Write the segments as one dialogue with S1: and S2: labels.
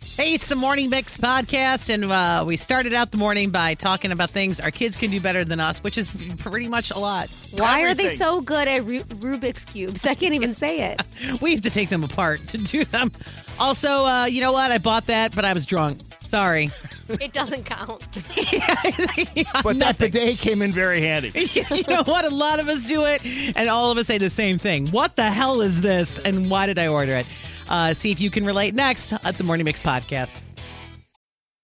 S1: Hey, it's the Morning Mix podcast, and uh, we started out the morning by talking about things our kids can do better than us, which is pretty much a lot.
S2: Why are they
S3: Everything.
S2: so good at Ru- Rubik's cubes? I can't even say it.
S1: We have to take them apart to do them. Also, uh, you know what? I bought that, but I was drunk. Sorry.
S2: It doesn't count.
S3: But that bidet came in very handy.
S1: you know what? A lot of us do it, and all of us say the same thing. What the hell is this? And why did I order it? Uh, see if you can relate next at the Morning Mix podcast.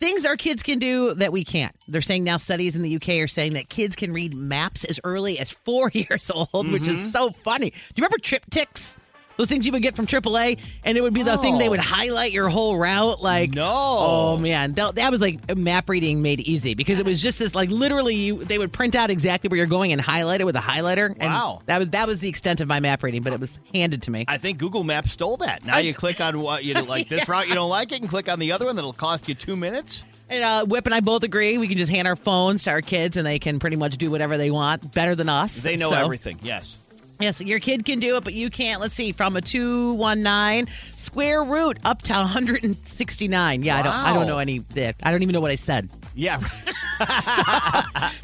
S1: Things our kids can do that we can't. They're saying now studies in the UK are saying that kids can read maps as early as four years old, which
S3: Mm-hmm.
S1: is so funny. Do you remember triptychs? Those things you would get from AAA, and it would be the thing they would highlight your whole route. Like,
S3: Oh. No.
S1: oh man, that, that was like map reading made easy because it was just this like literally you, they would print out exactly where you're going and highlight it with a highlighter.
S3: Wow.
S1: and that was that was the extent of my map reading, but it was handed to me.
S3: I think Google Maps stole that. Now you click on what you don't like this route you don't like it, and click on the other one that'll cost you two minutes.
S1: And uh, Whip and I both agree we can just hand our phones to our kids and they can pretty much do whatever they want better than us.
S3: They know
S1: So,
S3: everything. Yes.
S1: Yes, your kid can do it, but you can't. Let's see, from a 219 square root up to 169. Yeah, I don't I don't
S3: Wow.
S1: know any I don't even know what I said.
S3: Yeah.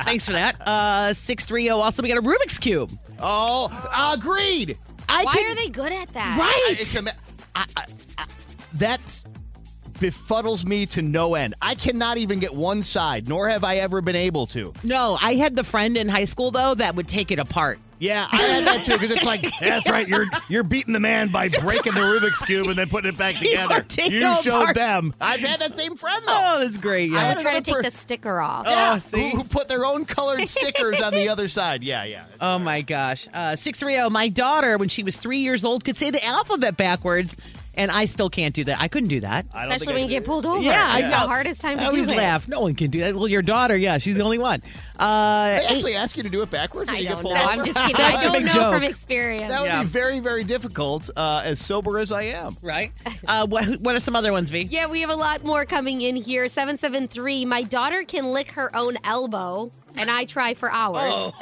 S1: Thanks for that. Uh 630 also we got a Rubik's cube.
S3: oh, agreed.
S1: I
S2: Why
S1: could-
S2: are they good at that?
S1: Right.
S3: It's ama- I, I, I, that befuddles me to no end. I cannot even get one side, nor have I ever been able to.
S1: No, I had the friend in high school though that would take it apart.
S3: Yeah, I had that too because it's like that's right. You're you're beating the man by breaking the Rubik's cube and then putting it back
S1: You are
S3: together.
S1: taking
S3: You
S1: it
S3: showed
S1: apart.
S3: them. I've had that same friend though.
S1: Oh, that's great.
S3: I
S1: Yeah.
S3: had
S2: Trying to
S3: another
S2: take
S3: per-
S2: the sticker off.
S3: Yeah,
S1: Oh, see?
S3: Who, who put their own colored stickers on the other side. Yeah, yeah.
S1: Oh my gosh. Uh, 630, my daughter, when she was three years old, could say the alphabet backwards, and I still can't do that. I couldn't do that.
S3: I don't
S2: Especially
S3: think I
S2: when you
S3: did
S2: get
S3: it.
S2: pulled over.
S1: yeah,
S2: it's
S1: I know.
S2: the hardest time
S1: I
S2: to do
S1: always
S2: it.
S1: laugh. No one can do that. Well, your daughter, yeah, she's the only one. Uh,
S3: They actually ask you to do it backwards. when
S2: I
S3: you get
S2: don't know.
S3: pulled over?
S2: I'm just kidding.
S1: That's
S2: I
S1: the
S2: don't
S1: big
S2: know
S1: joke.
S2: from experience.
S3: That would
S1: Yeah.
S3: be very, very difficult. Uh, as sober as I am.
S1: right? Uh, what, what are some other ones, V?
S2: Yeah, we have a lot more coming in here. 773. My daughter can lick her own elbow, and I try for hours.
S1: Oh.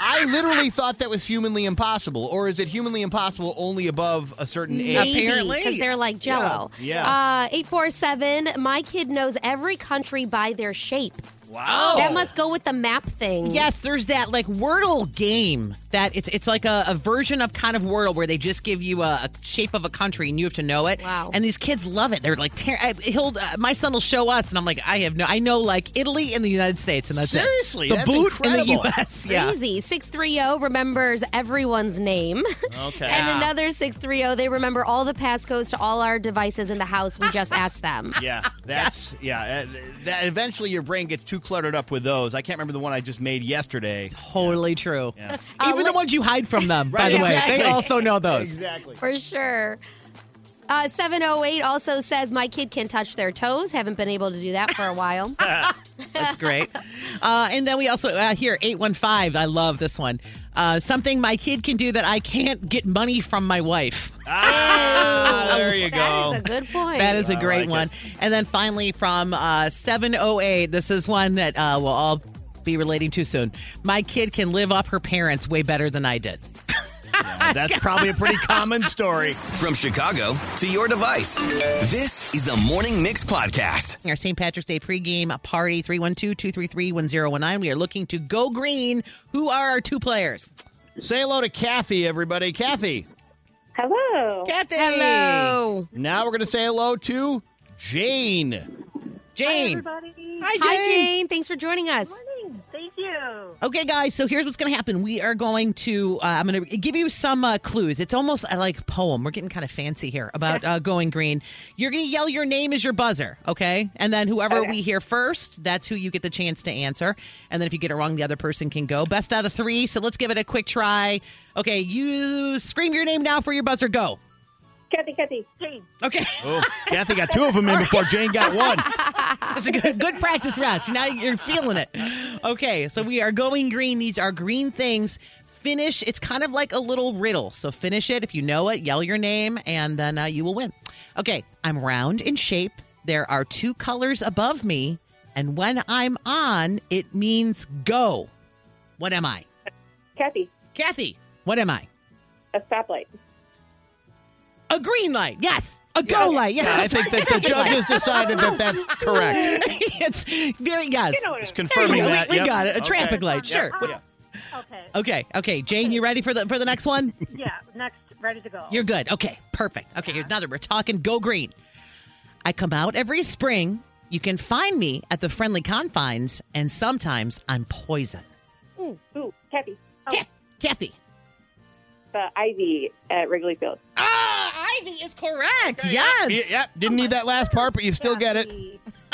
S3: I literally thought that was humanly impossible. Or is it humanly impossible only above a certain age?
S2: Maybe,
S1: Apparently.
S2: because they're like Jello.
S3: Yeah.
S2: Uh, Eight four seven. My kid knows every country by their shape.
S3: Wow.
S2: That must go with the map thing.
S1: Yes, there's that like Wordle game that it's it's like a, a version of kind of Wordle where they just give you a, a shape of a country and you have to know it.
S2: Wow.
S1: And these kids love it. They're like, tear, I, he'll uh, my son will show us, and I'm like, I have no, I know like Italy and the United States, and that's
S3: Seriously,
S1: it. the
S3: that's
S1: boot in the
S3: incredible.
S1: U.S. Yeah.
S2: Crazy. 630 remembers everyone's name.
S3: Okay.
S2: and another 630, they remember all the passcodes to all our devices in the house. We just asked them.
S3: Yeah, that's yeah. uh, That eventually your brain gets too cluttered up with those. I can't remember the one I just made yesterday.
S1: Totally true.
S2: Uh,
S1: Even the
S2: let-
S1: ones you hide from them, by
S3: Right,
S1: the way,
S3: exactly.
S1: they also know those.
S3: Exactly.
S2: For sure. Uh, 708 also says my kid can touch their toes. Haven't been able to do that for a while.
S1: That's great. Uh, and then we also, uh, here, 815. I love this one. Uh, something my kid can do that I can't get money from my wife.
S3: Ah, there you go.
S2: That is a good point.
S1: That is a
S3: I
S1: great one.
S3: like
S1: And then finally from uh, 708, this is one that uh, we'll all be relating to soon. My kid can live up her parents way better than I did.
S3: That's probably a pretty common story.
S4: From Chicago to your device, this is the Morning Mix Podcast.
S1: Our St. Patrick's Day pregame party, 312 233 1019. We are looking to go green. Who are our two players?
S3: Say hello to Kathy, everybody. Kathy.
S5: Hello.
S1: Kathy.
S6: Oh,
S2: Hello.
S3: Now we're going to say hello to Jane.
S5: Hi,
S1: Jane.
S5: everybody.
S1: Hi, Jane.
S2: Hi, Jane. Thanks for joining us.
S5: Morning. Thank you.
S1: Okay, guys. So here's what's going to happen. We are going to. Uh, I'm going to give you some uh, clues. It's almost uh, like poem. We're getting kind of fancy here about uh, going green. You're going to yell your name as your buzzer, okay? And then whoever we hear first, that's who you get the chance to answer. And then if you get it wrong, the other person can go. Best out of three. So let's give it a quick try. Okay, you scream your name now for your buzzer. Go.
S5: Kathy, Kathy. Jane.
S1: Okay,
S3: Oh, Kathy got two of them in before Jane got one.
S1: that's a good, good practice round. So now you're feeling it. Okay, so we are going green. These are green things. Finish. It's kind of like a little riddle. So finish it. If you know it, yell your name, and then uh, you will win. Okay, I'm round in shape. There are two colors above me, and when I'm on, it means go. What am I,
S5: Kathy,
S1: Kathy? What am I?
S5: a stoplight.
S1: A green light. Yes. A go light. Yes.
S3: Yeah, I think that the judges decided that that's correct.
S1: it's very yes.
S5: You know what
S3: It's
S5: I mean.
S1: There
S3: confirming
S1: you go. We-
S3: that.
S1: we
S3: Yep.
S1: got it. A
S3: Okay.
S1: traffic light.
S3: Yeah,
S1: Sure.
S3: yeah.
S5: Okay.
S1: Okay, okay, Jane, you ready for the for the next one?
S5: Yeah. Next, ready to go.
S1: You're good. Okay, perfect. Okay, here's another. We're talking go green. I come out every spring. You can find me at the friendly confines, and sometimes I'm poison.
S5: Ooh, Kathy. Oh,
S1: Ca- Kathy.
S5: The Ivy at Wrigley Field.
S1: Ah, Ivy is correct. Yes.
S3: Yeah, yeah, didn't need that last part, but you still get it.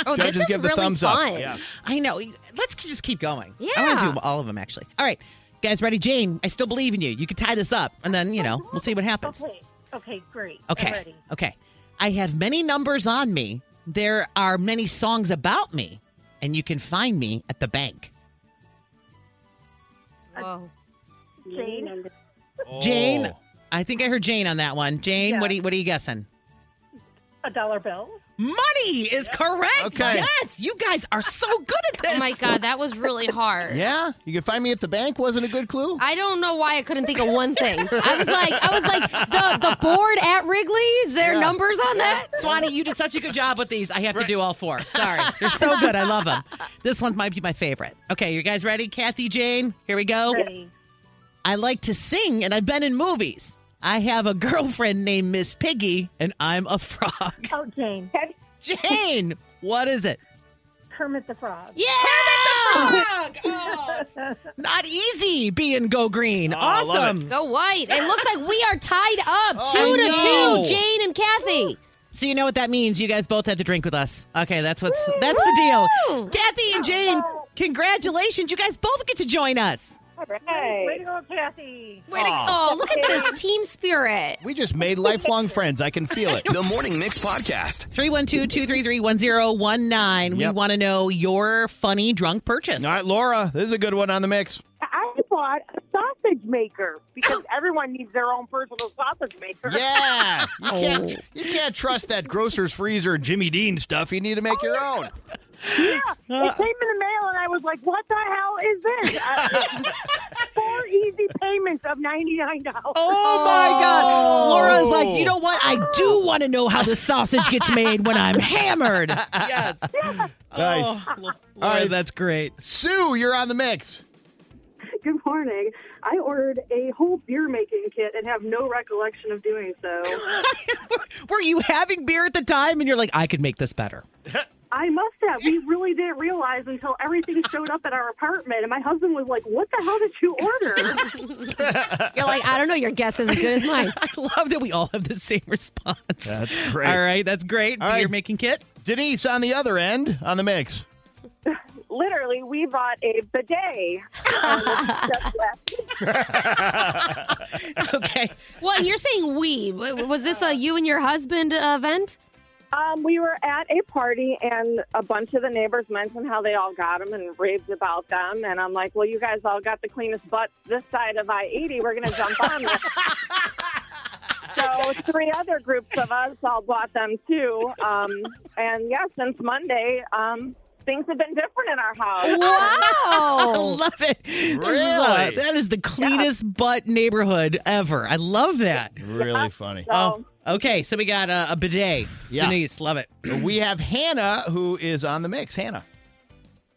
S2: Oh,
S3: Judges
S2: this is
S3: give the
S2: really
S3: thumbs up.
S2: fun.
S3: Yeah.
S1: I know. Let's just keep going. I want to
S2: Yeah.
S1: do all of them, actually. All right, guys, ready? Jane, I still believe in you. You can tie this up, and then, you know, we'll see what happens.
S5: Okay. Okay, great.
S1: Okay.
S5: I'm ready.
S1: Okay. I have many numbers on me. There are many songs about me, and you can find me at the bank.
S2: Whoa.
S5: Jane.
S1: Jane, I think I heard Jane on that one. Jane, what
S5: Yeah.
S1: are you, what are you guessing?
S5: A dollar bill.
S1: Money is correct.
S3: Okay.
S1: Yes, you guys are so good at this.
S2: Oh my god, that was really hard.
S3: Yeah, you can find me at the bank. Wasn't a good clue.
S2: I don't know why I couldn't think of one thing. I was like, I was like, the the board at Wrigley's, their numbers on that.
S1: Swanee, you did such a good job with these. I have to do all four. Sorry. They're so good. I love them. This one might be my favorite. Okay, you guys ready? Kathy, Jane, here we go.
S5: Ready.
S1: I like to sing and I've been in movies. I have a girlfriend named Miss Piggy and I'm a frog.
S5: Oh, Jane. Kathy,
S1: Jane, what is it?
S5: Kermit the Frog.
S2: Yeah.
S1: Frog. Oh, not easy being go green.
S3: Oh, I love
S1: awesome.
S2: Go white. It looks like we are tied up
S3: Oh,
S2: two to
S3: no.
S2: two. Jane and Kathy.
S1: So you know what that means. You guys both had to drink with us. Okay, that's what's that's the deal.
S2: Woo!
S1: Kathy and Jane, congratulations. You guys both get to join us.
S5: All right. Way to go, Kathy.
S2: Way to go. Oh, look at this team spirit.
S3: We just made lifelong friends. I can feel it.
S4: The Morning Mix Podcast.
S1: 312-233-1019. We
S3: Yep.
S1: want to know your funny drunk purchase.
S3: All right, Laura, this is a good one on the mix.
S7: I bought a sausage maker because everyone needs their own personal sausage maker.
S3: Yeah, you can't you can't trust that grocer's freezer Jimmy Dean stuff. You need to make your own.
S7: It came in the mail, and I was like, "What the hell is this?" Uh, four easy payments of ninety nine dollars.
S1: Oh my God. Laura's like, you know what? I do want to know how the sausage gets made when I'm hammered. Yes.
S3: Nice.
S1: All right, that's great.
S3: Sue, you're on the mix.
S6: Good morning. I ordered a whole beer making kit and have no recollection of doing so.
S1: Were you having beer at the time and you're like, I could make this better?
S6: I must have. We really didn't realize until everything showed up at our apartment, and my husband was like, "What the hell did you order?"
S2: You're like, I don't know, your guess is as good as mine.
S1: I love that we all have the same response.
S3: That's great.
S1: All right, that's great.
S3: All
S1: beer
S3: right.
S1: making kit.
S3: Denise on the other end on the mix.
S6: Literally, we bought a bidet. and it's just left.
S1: Okay.
S2: Well, and you're saying we. Was this a you and your husband event?
S6: um, we were at a party, and a bunch of the neighbors mentioned how they all got them and raved about them. And I'm like, "Well, you guys all got the cleanest butts this side of I eighty. We're gonna jump on this." So three other groups of us all bought them too. Um, and yeah, since Monday, um, things have been different in our house.
S1: I
S2: Wow.
S1: love it. This is, uh,
S3: Oh. Really?
S1: that is the cleanest butt neighborhood ever. I love that.
S3: Really funny.
S1: Oh. Okay, so we got uh, a bidet.
S3: Yeah.
S1: Denise, love it.
S3: We have Hannah who is on the mix. Hannah.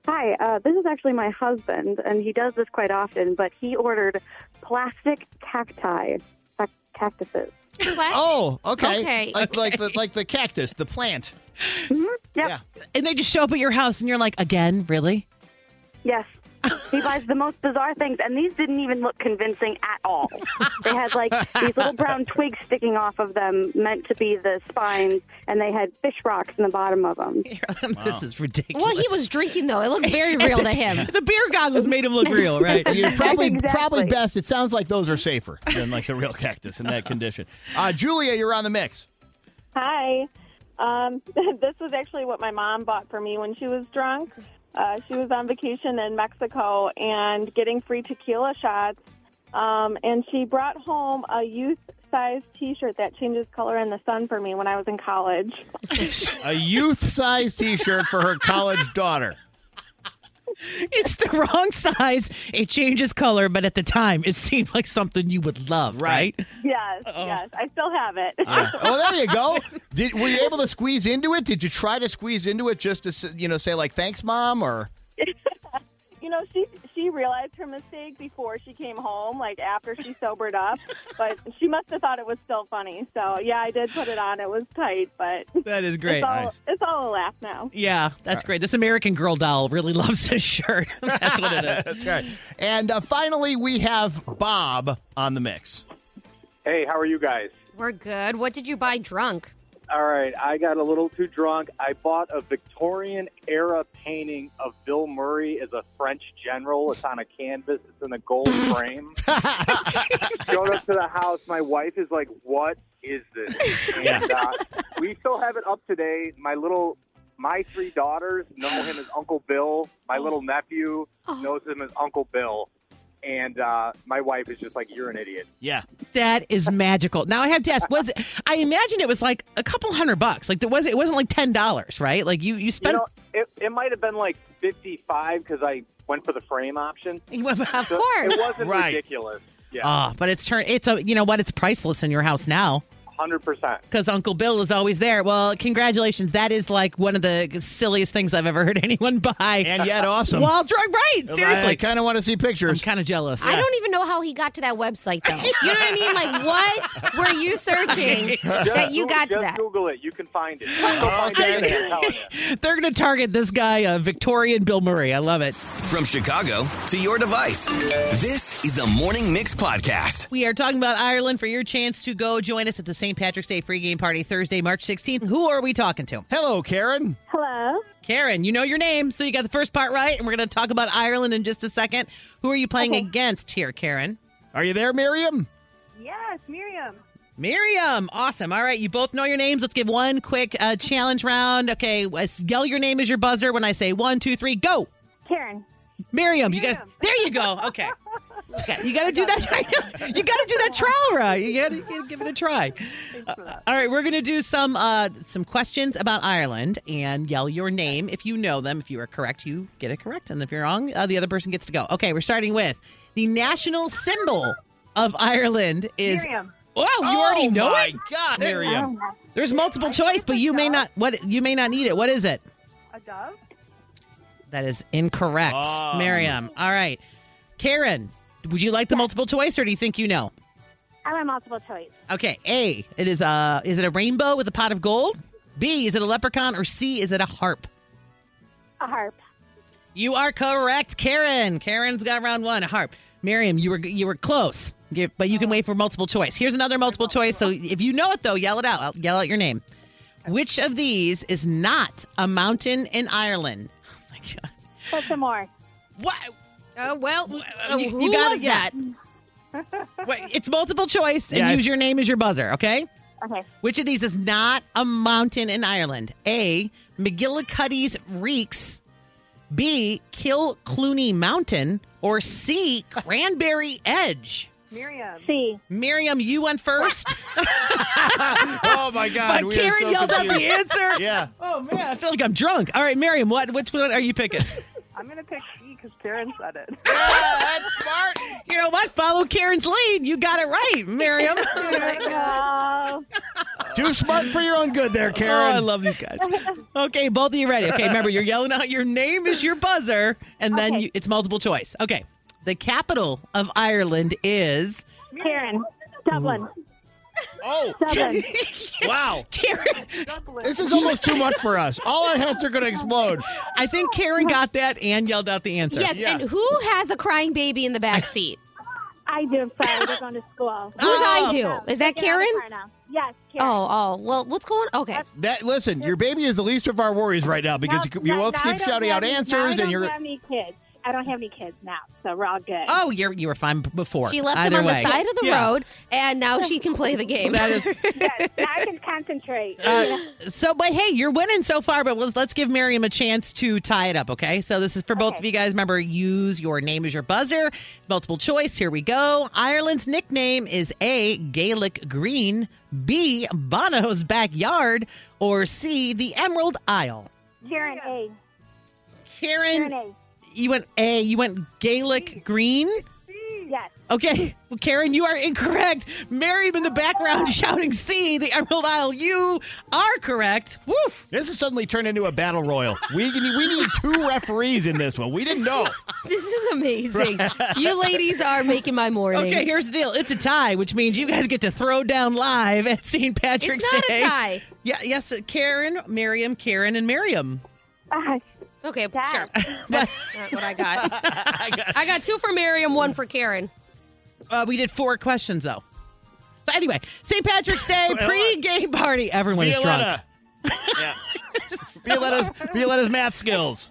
S6: Hi, uh, this is actually my husband, and he does this quite often. But he ordered plastic cacti, cac- cactuses.
S2: What?
S3: Oh, okay.
S2: Okay.
S3: Like like the like the cactus, the plant.
S7: Yep.
S3: Yeah.
S1: And they just show up at your house and you're like, again, really?
S7: Yes. He buys the most bizarre things, and these didn't even look convincing at all. They had like these little brown twigs sticking off of them, meant to be the spines, and they had fish rocks in the bottom of them.
S1: this is ridiculous.
S2: Well, he was drinking though. It looked very real to him.
S1: The beer goggles made him look real, right?
S3: You're probably
S7: Exactly.
S3: probably best. It sounds like those are safer than like the real cactus in that condition. Uh, Julia, you're on the mix.
S6: Hi. Um, this was actually what my mom bought for me when she was drunk. Uh, she was on vacation in Mexico and getting free tequila shots. Um, and she brought home a youth size t shirt that changes color in the sun for me when I was in college.
S3: A youth-sized T-shirt for her college daughter.
S1: It's the wrong size. It changes color, but at the time, it seemed like something you would love, right?
S6: Yes, yes. I still have it.
S3: Oh, there you go. Did were you able to squeeze into it? Did you try to squeeze into it just to s- you know say like thanks, mom, or
S6: you know, she she realized her mistake before she came home, like after she sobered up. But she must have thought it was still funny. So yeah, I did put it on. It was tight, but
S1: That is great.
S6: it's all
S3: nice.
S6: it's all a laugh now.
S1: Yeah, that's great. This American Girl doll really loves this shirt. that's what it is.
S3: that's right. And uh, finally, we have Bob on the mix.
S8: Hey, how are you guys?
S2: We're good. What did you buy drunk?
S8: All right, I got a little too drunk. I bought a Victorian era painting of Bill Murray as a French general. It's on a canvas, it's in a gold frame. Showed up to the house. My wife is like, What is this? And uh, we still have it up today. My little. My three daughters know him as Uncle Bill. My little nephew knows him as Uncle Bill. And uh, my wife is just like, You're an idiot.
S3: Yeah,
S1: That is magical. Now I have to ask: Was it, I imagine it was like a couple hundred bucks? Like there was it wasn't like ten dollars, right? Like you you spent.
S8: You know, it, it might have been like 55 because I went for the frame option.
S2: Of course.
S8: It wasn't
S3: Right. Uh,
S8: ridiculous. Yeah,
S1: Ah, but it's turn. It's a you know what? It's priceless in your house now
S8: 100%.
S1: because Uncle Bill is always there. Well, congratulations. That is like one of the silliest things I've ever heard anyone buy.
S3: and yet awesome.
S1: While drunk, right?
S3: I
S1: Seriously,
S3: kind of want to see
S1: I'm
S3: pictures.
S1: kind of jealous.
S2: I don't even know how he got to that website though. You know what I mean? Like what were you searching that you got to
S8: Just
S2: that?
S8: Google- Just Google it. You can find it. Go find it. I'm telling you.
S1: They're going to target this guy, uh, Victorian Bill Murray. I love it.
S4: From Chicago to your device, this is the Morning Mix Podcast.
S1: We are talking about Ireland for your chance to go join us at the St. Patrick's Day pregame party Thursday, March 16th. Who are we talking to?
S3: Hello, Karen.
S6: Hello.
S1: Karen, you know your name, so you got the first part right, and we're going to talk about Ireland in just a second. Who are you playing against here, Karen?
S3: Are you there, Miriam?
S6: Yes, Miriam.
S1: Miriam, awesome. All right, you both know your names. Let's give one quick uh, challenge round. Okay, let's yell your name as your buzzer when I say one, two, three, go.
S6: Karen.
S1: Miriam, you guys. There you go. Okay. Okay, You got to do that. You got to do that trial run. You got to give it a try. Uh, all right, we're going to do some uh, some questions about Ireland and yell your name if you know them. If you are correct, you get it correct, and if you're wrong, uh, the other person gets to go. Okay, we're starting with the national symbol of Ireland is.
S6: Miriam.
S1: Wow, you already know
S3: oh my
S1: it.
S3: God, Miriam.
S1: There's multiple choice, but you may not. What you may not need it. What is it?
S6: A dove.
S1: That is incorrect,
S3: Um.
S1: Miriam. All right, Karen, would you like the multiple choice, or do you think you know?
S7: I want multiple choice.
S1: Okay, A, it is a is it a rainbow with a pot of gold? B, is it a leprechaun? Or C, is it a harp?
S7: A harp.
S1: You are correct, Karen. Karen's got round one, a harp. Miriam, you were you were close, Give- but you can wait for multiple choice. Here's another multiple choice. So if you know it though, yell it out. I'll yell out your name. Which of these is not a mountain in Ireland? Oh my god!
S7: Put some more.
S1: What?
S2: Oh well, uh,
S1: you-
S2: who
S1: you gotta
S2: was
S1: get-
S2: that?
S1: Wait, it's multiple choice, and
S3: Yeah, I-
S1: use your name as your buzzer. Okay.
S7: Okay.
S1: Which of these is not a mountain in Ireland? A. McGillicuddy's Reeks. B. Kill Clooney Mountain. Or C. Cranberry Edge.
S6: Miriam.
S7: C.
S1: Miriam, you went first,
S3: Oh my God.
S1: but
S3: we are
S1: Karen
S3: so
S1: yelled out the
S3: confused.
S1: answer.
S3: Yeah.
S1: Oh man, I feel like I'm drunk. All right, Miriam, what which one are you picking?
S6: I'm gonna pick E because Karen said it.
S3: that's smart.
S1: you know what? Follow Karen's lead. You got it right, Miriam.
S6: Oh,
S3: Too smart for your own good, there,
S1: Oh, I
S3: Karen.
S1: love these guys. Okay, both of you ready? Okay, remember you're yelling out your name is your buzzer, and then you, it's multiple choice. Okay, the capital of Ireland is
S7: Karen. Dublin.
S3: Oh,
S7: Seven.
S3: wow.
S1: Karen,
S3: This is almost too much for us. All our heads are going to explode.
S1: I think Karen got that and yelled out the answer.
S2: Yes,
S3: Yeah.
S2: and who has a crying baby in the back seat?
S6: I do. I'm sorry. They're going to school.
S2: Who's
S1: Oh.
S2: I do? Is that
S6: Get out of
S2: Karen?
S6: the car now. Yes, Karen.
S2: Oh, oh. Well, what's going on? Okay.
S3: That listen, your baby is the least of our worries right now because you, you
S6: Now-
S3: both
S6: now I
S3: keep
S6: don't
S3: shouting
S6: have
S3: out
S6: any- now
S3: answers,
S6: I
S3: and
S6: don't
S3: you're
S6: have any kids. I don't have any kids now, so we're all good.
S1: Oh, you're you were fine b- before.
S2: She left
S1: Either
S2: him on the
S1: way.
S2: side of the
S1: Yeah.
S2: road, and now she can play the game.
S1: That is-
S6: Yes, now I can concentrate.
S3: Uh,
S1: so, but hey, you're winning so far. But let's let's give Miriam a chance to tie it up. Okay. So this is for both of you guys. Remember, use your name as your buzzer. Multiple choice. Here we go. Ireland's nickname is A. Gaelic Green, B. Bono's Backyard, or C. The Emerald Isle.
S6: Karen A.
S1: Karen,
S6: Karen A.
S1: you went A. You went Gaelic Green.
S6: Yes.
S1: Okay, well, Karen, you are incorrect. Miriam in the background shouting "C." The Emerald Isle. You are correct. Woof.
S3: this has suddenly turned into a battle royal. We need- we need two referees in this one. We didn't know.
S2: This is amazing. you ladies are making my morning.
S1: Okay, here's the deal. It's a tie, which means you guys get to throw down live at St. Patrick's
S2: it's not
S1: Day.
S2: a tie.
S1: Yeah, yes, uh, Karen, Miriam, Karen, and Miriam.
S6: Ah,
S2: Okay,
S6: Tie.
S2: sure. That's not what I got.
S3: I got-
S2: I got two for Miriam, one for Karen.
S1: Uh, we did four questions though. But anyway, St. Patrick's Day pre-game party. Everyone is drunk.
S3: Violetta. Yeah. Violetta's, Violetta's math skills.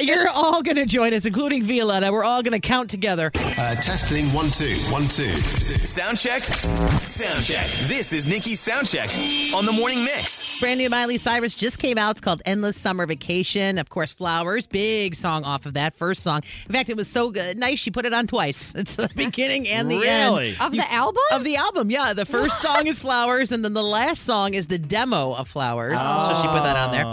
S1: You're all going to join us, including Violetta. We're all going to count together.
S9: Uh, testing one two one two.
S4: Sound check. Sound check. This is Nikki's sound check on the morning mix.
S1: Brand new Miley Cyrus just came out. It's called Endless Summer Vacation. Of course, Flowers, big song off of that first song. In fact, it was so good, nice, she put it on twice. It's the beginning and the
S3: really?
S1: end.
S2: Of the album?
S1: Of the album, yeah. The first song is Flowers, and then the last song is the demo of Flowers. So she put that on there.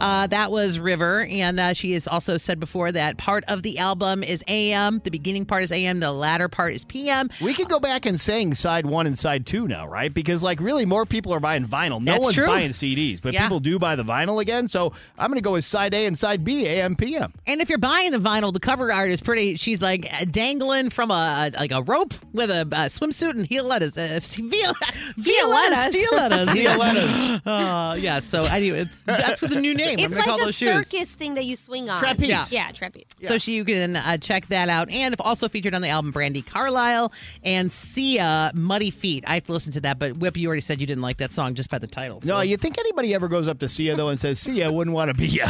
S1: Uh, that was River, and uh, she has also said before that part of the album is AM. The beginning part is AM, the latter part is PM.
S3: We could go back and sing side one and side two now, right? Because like really, more people are buying vinyl. No
S1: That's
S3: one's
S1: true.
S3: buying CDs, but
S1: Yeah.
S3: people do buy the vinyl again. So I'm going to go with side A and side B, AM PM.
S1: And if you're buying the vinyl, the cover art is pretty. She's like dangling from a like a rope with a, uh swimsuit and violettas. Uh, violetta,
S2: Violettas.
S1: violettas,
S3: Violettas.
S1: Uh, yeah. So anyway, it's, that's the new name. I'm
S2: it's
S1: gonna
S2: like
S1: call
S2: a
S1: those shoes.
S2: circus thing that you swing on.
S3: Trapeze.
S2: Yeah, yeah trapeze.
S1: So she, you can uh, check that out. And if also featured on the album, Brandy Carlisle and Sia, Muddy Feet. I have to listen to that. But Whip, you already said you didn't like that song just by the title.
S3: No, you think anybody ever goes up to Sia though and says, "Sia wouldn't want to be ya,"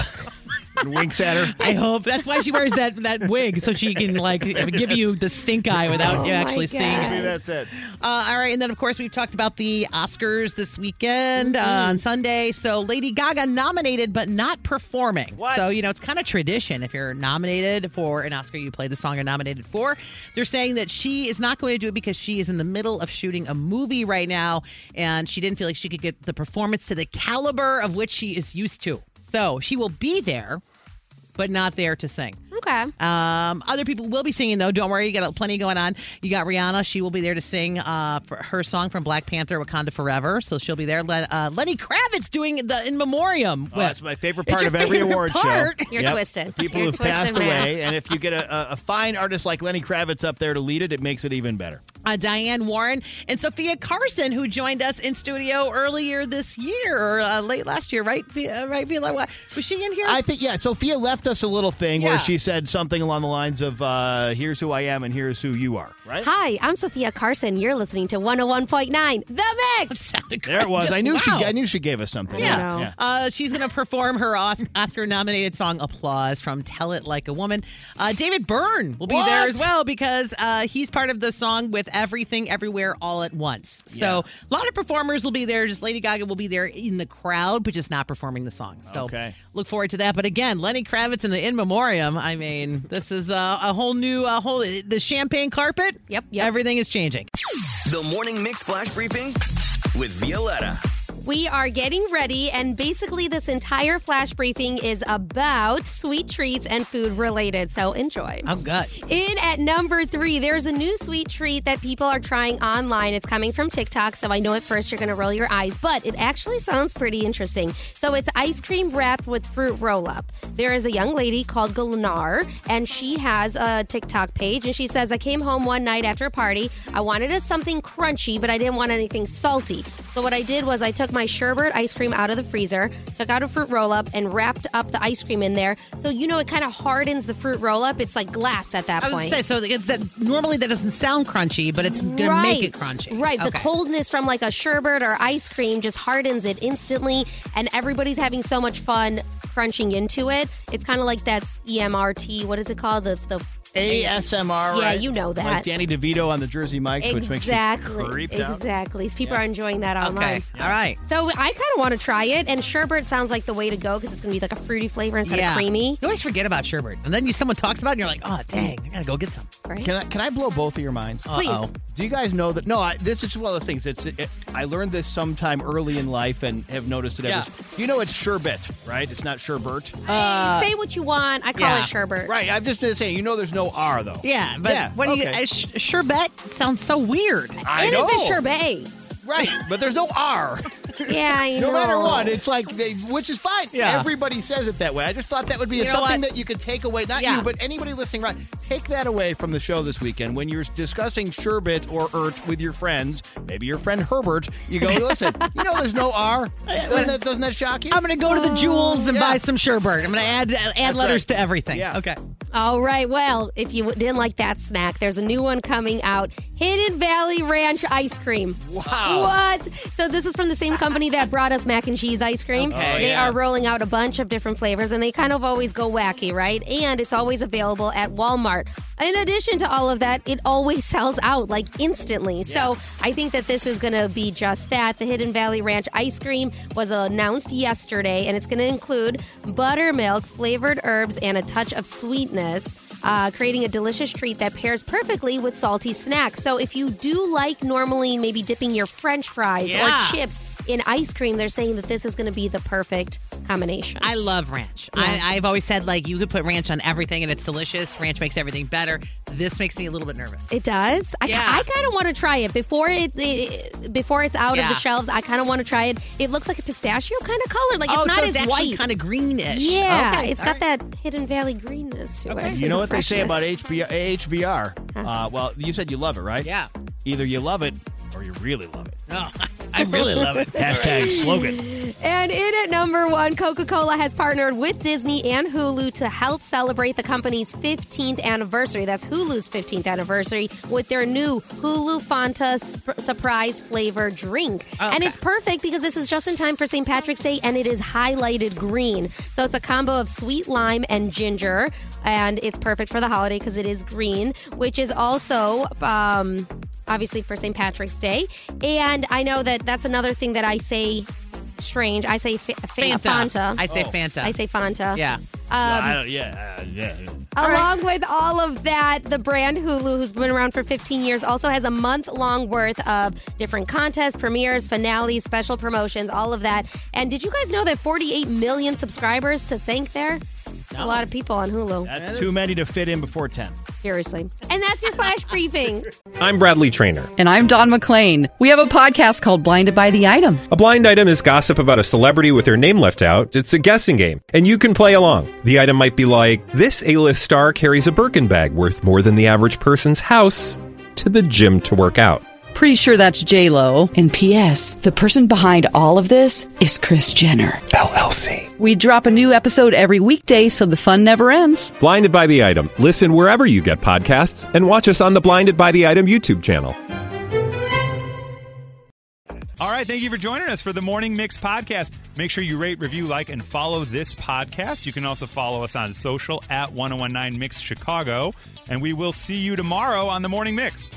S3: and winks at her?
S1: I hope that's why she wears that that wig so she can like give you the stink eye
S3: Oh
S1: without you actually seeing it.
S3: Maybe that's it. Oh,
S1: Uh, all right, and then of course we've talked about the Oscars this weekend uh, on Sunday. So Lady Gaga nominated but not performing.
S3: What?
S1: So you know it's kind of tradition if you're nominated for an Oscar, you play the song you're nominated for. They're saying that she is not going to do it because she is in the middle of shooting a movie right now, and she didn't feel like she could get the performance to the caliber of which she is used to. So she will be there, but not there to sing.
S2: Okay.
S1: Um, other people will be singing though. Don't worry, you got plenty going on. You got Rihanna; she will be there to sing uh, for her song from Black Panther, "Wakanda Forever." So she'll be there. Len, uh, Lenny Kravitz doing the in memoriam.
S3: Oh, that's my favorite part
S1: your
S3: of every
S1: favorite
S3: award
S1: part.
S3: show.
S2: You're twisted.
S3: The people
S2: You're
S3: who've
S2: twisted,
S3: passed
S2: man.
S3: away, and if you get a, a, a fine artist like Lenny Kravitz up there to lead it, it makes it even better.
S1: uh, Diane Warren and Sophia Carson, who joined us in studio earlier this year or uh, late last year, right? Vi- uh, right, Vila? What- Was she in here?
S3: I think yeah. Sophia left us a little thing
S1: Yeah.
S3: where she said something along the lines of uh, "Here's who I am and here's who you are." Right
S2: Hi, I'm Sophia Carson. You're listening to 101.9 The Mix.
S1: Sounded
S3: there it was.
S1: great.
S3: I knew she.
S1: Wow.
S3: I knew she gave us something.
S2: know.
S1: Uh, she's going to perform her Os- Oscar-nominated song "Applause" from "Tell It Like a Woman." Uh, David Byrne will be there
S3: What?
S1: as well because uh, he's part of the song "With Everything, Everywhere, All at Once." So a lot of performers will be there. Just Lady Gaga will be there in the crowd, but just not performing the song. So
S3: Okay.
S1: look forward to that. But again, Lenny Kravitz in the In Memoriam. I mean, this is uh, a whole new uh, whole the champagne carpet.
S2: Yep, yep.
S1: Everything is changing.
S4: The morning mix flash briefing with Violetta.
S2: We are getting ready, and basically, this entire flash briefing is about sweet treats and food related. So enjoy.
S1: I'm good.
S2: In at number three, there's a new sweet treat that people are trying online. It's coming from TikTok, so I know at first you're going to roll your eyes, but it actually sounds pretty interesting. So it's ice cream wrapped with fruit roll up. There is a young lady called Gulnar, and she has a TikTok page, and she says, I came home one night after a party. I wanted a something crunchy, but I didn't want anything salty. So what I did was I took my sherbet ice cream out of the freezer, took out a fruit roll up, and wrapped up the ice cream in there. So you know it kind of hardens the fruit roll up. It's like glass at that
S1: I was
S2: point.
S1: gonna say, so it's that normally that doesn't sound crunchy, but it's gonna make it crunchy.
S2: Right. The
S1: Okay.
S2: coldness from like a sherbet or ice cream just hardens it instantly, and everybody's having so much fun crunching into it. It's kind of like that E EMRT. What is it called? The the
S3: ASMR.
S2: Yeah,
S3: right?
S2: you know that.
S3: Like Danny DeVito on the Jersey Mike's, which makes
S2: Exactly.
S3: me creeped out.
S2: exactly. People are enjoying that online.
S1: Okay. All right.
S2: So I kind of want to try it, and sherbet sounds like the way to go because it's going to be like a fruity flavor instead
S1: Yeah.
S2: of creamy.
S1: You always forget about sherbet, and then you someone talks about it, and you're like, oh dang, I gotta go get some.
S2: Right?
S3: Can I, can I blow both of your minds?
S1: Please. Uh-oh.
S3: Do you guys know that? No, I, this is one of the things. It's it, I learned this sometime early in life and have noticed it
S1: Yeah. Uh,
S3: ever. s- You know, it's sherbet, right? It's not sherbet.
S2: Hey, say what you want. I call
S3: yeah.
S2: it sherbet.
S3: Right. I'm just saying. You know, there's no R though.
S1: Yeah, but what do you?
S3: okay.
S1: uh, sh- sherbet sounds so weird.
S3: I
S2: It is
S3: know.
S2: a sherbet.
S3: Right, but there's no R.
S2: Yeah, I
S3: no
S2: know.
S3: matter what, it's like, they, which is fine.
S1: Yeah.
S3: Everybody says it that way. I just thought that would be
S1: You know
S3: something
S1: what?
S3: that you could take away. Not
S1: Yeah.
S3: you, but anybody listening, right? Take that away from the show this weekend when you're discussing sherbet or ert with your friends. Maybe your friend Herbert. You go, listen. you know, there's no R. Doesn't that, doesn't that shock you?
S1: I'm gonna go to the Jewels and
S3: Yeah.
S1: buy some sherbet. I'm gonna add add letters
S3: right.
S1: to everything.
S3: Yeah.
S1: Okay.
S2: All right. Well, if you didn't like that snack, there's a new one coming out Hidden Valley Ranch ice cream.
S3: Wow.
S2: What? So, this is from the same company that brought us mac and cheese ice cream.
S3: Okay.
S2: They
S3: Yeah.
S2: are rolling out a bunch of different flavors and they kind of always go wacky, right? And it's always available at Walmart. In addition to all of that, it always sells out like instantly. So, I think that this is going to be just that. The Hidden Valley Ranch ice cream was announced yesterday and it's going to include buttermilk, flavored herbs, and a touch of sweetness uh, creating a delicious treat that pairs perfectly with salty snacks. So if you do like normally maybe dipping your French fries
S1: Yeah.
S2: or chips in ice cream, they're saying that this is going to be the perfect combination.
S1: I love ranch.
S2: Yeah.
S1: I, I've always said like you could put ranch on everything and it's delicious. Ranch makes everything better. This makes me a little bit nervous.
S2: it does. I,
S1: Yeah.
S2: I kind of want to try it before it, it- before it's out
S1: Yeah.
S2: of the shelves. I kind of want to try it. It looks like a pistachio kind of color. Like it's
S1: oh,
S2: not
S1: so
S2: as
S1: it's actually
S2: white.
S1: kind of greenish.
S2: yeah,
S1: Okay,
S2: it's
S1: all
S2: got
S1: right.
S2: that Hidden Valley greenness to it.
S3: You know what they say about
S2: it?
S3: HB- HVR? Uh, well, you said you love it, right?
S1: Yeah.
S3: Either you love it or you really love it.
S1: Oh, I really love it. Um,
S3: Hashtag slogan.
S2: And in at number one, Coca Cola has partnered with Disney and Hulu to help celebrate the company's 15th anniversary. That's Hulu's 15th anniversary with their new Hulu Fanta sp- surprise flavor drink.
S1: Okay.
S2: And it's perfect because this is just in time for St. Patrick's Day and it is highlighted green. So it's a combo of sweet lime and ginger. And it's perfect for the holiday because it is green, which is also. Um, Obviously, for St. Patrick's Day. And I know that that's another thing that I say strange. I say fa- fa-
S1: Fanta.
S2: Fanta.
S1: I say
S3: Oh.
S1: Fanta.
S2: I say Fanta.
S1: Yeah.
S3: I don't, yeah, uh, yeah.
S2: Along with all of that, the brand Hulu, who's been around for 15 years, also has a month long worth of different contests, premieres, finales, special promotions, all of that. And did you guys know that 48 million subscribers to thank there? A lot of people on Hulu.
S3: That's too many to fit in before 10.
S2: Seriously. And that's your flash briefing.
S10: I'm Bradley Trainer.
S11: And I'm Don McClain. We have a podcast called Blinded by the Item.
S10: A blind item is gossip about a celebrity with their name left out. It's a guessing game, and you can play along. The item might be like this: A-list star carries a Birkin bag worth more than the average person's house to the gym to work out.
S11: Pretty sure that's J Lo. And P.S. The person behind all of this is Chris Jenner
S10: LLC.
S11: We drop a new episode every weekday, so the fun never ends.
S10: Blinded by the item. Listen wherever you get podcasts, and watch us on the Blinded by the Item YouTube channel.
S12: All right, thank you for joining us for the Morning Mix podcast. Make sure you rate, review, like, and follow this podcast. You can also follow us oh on social at 1019 Mix Chicago. And we will see you tomorrow on the Morning Mix.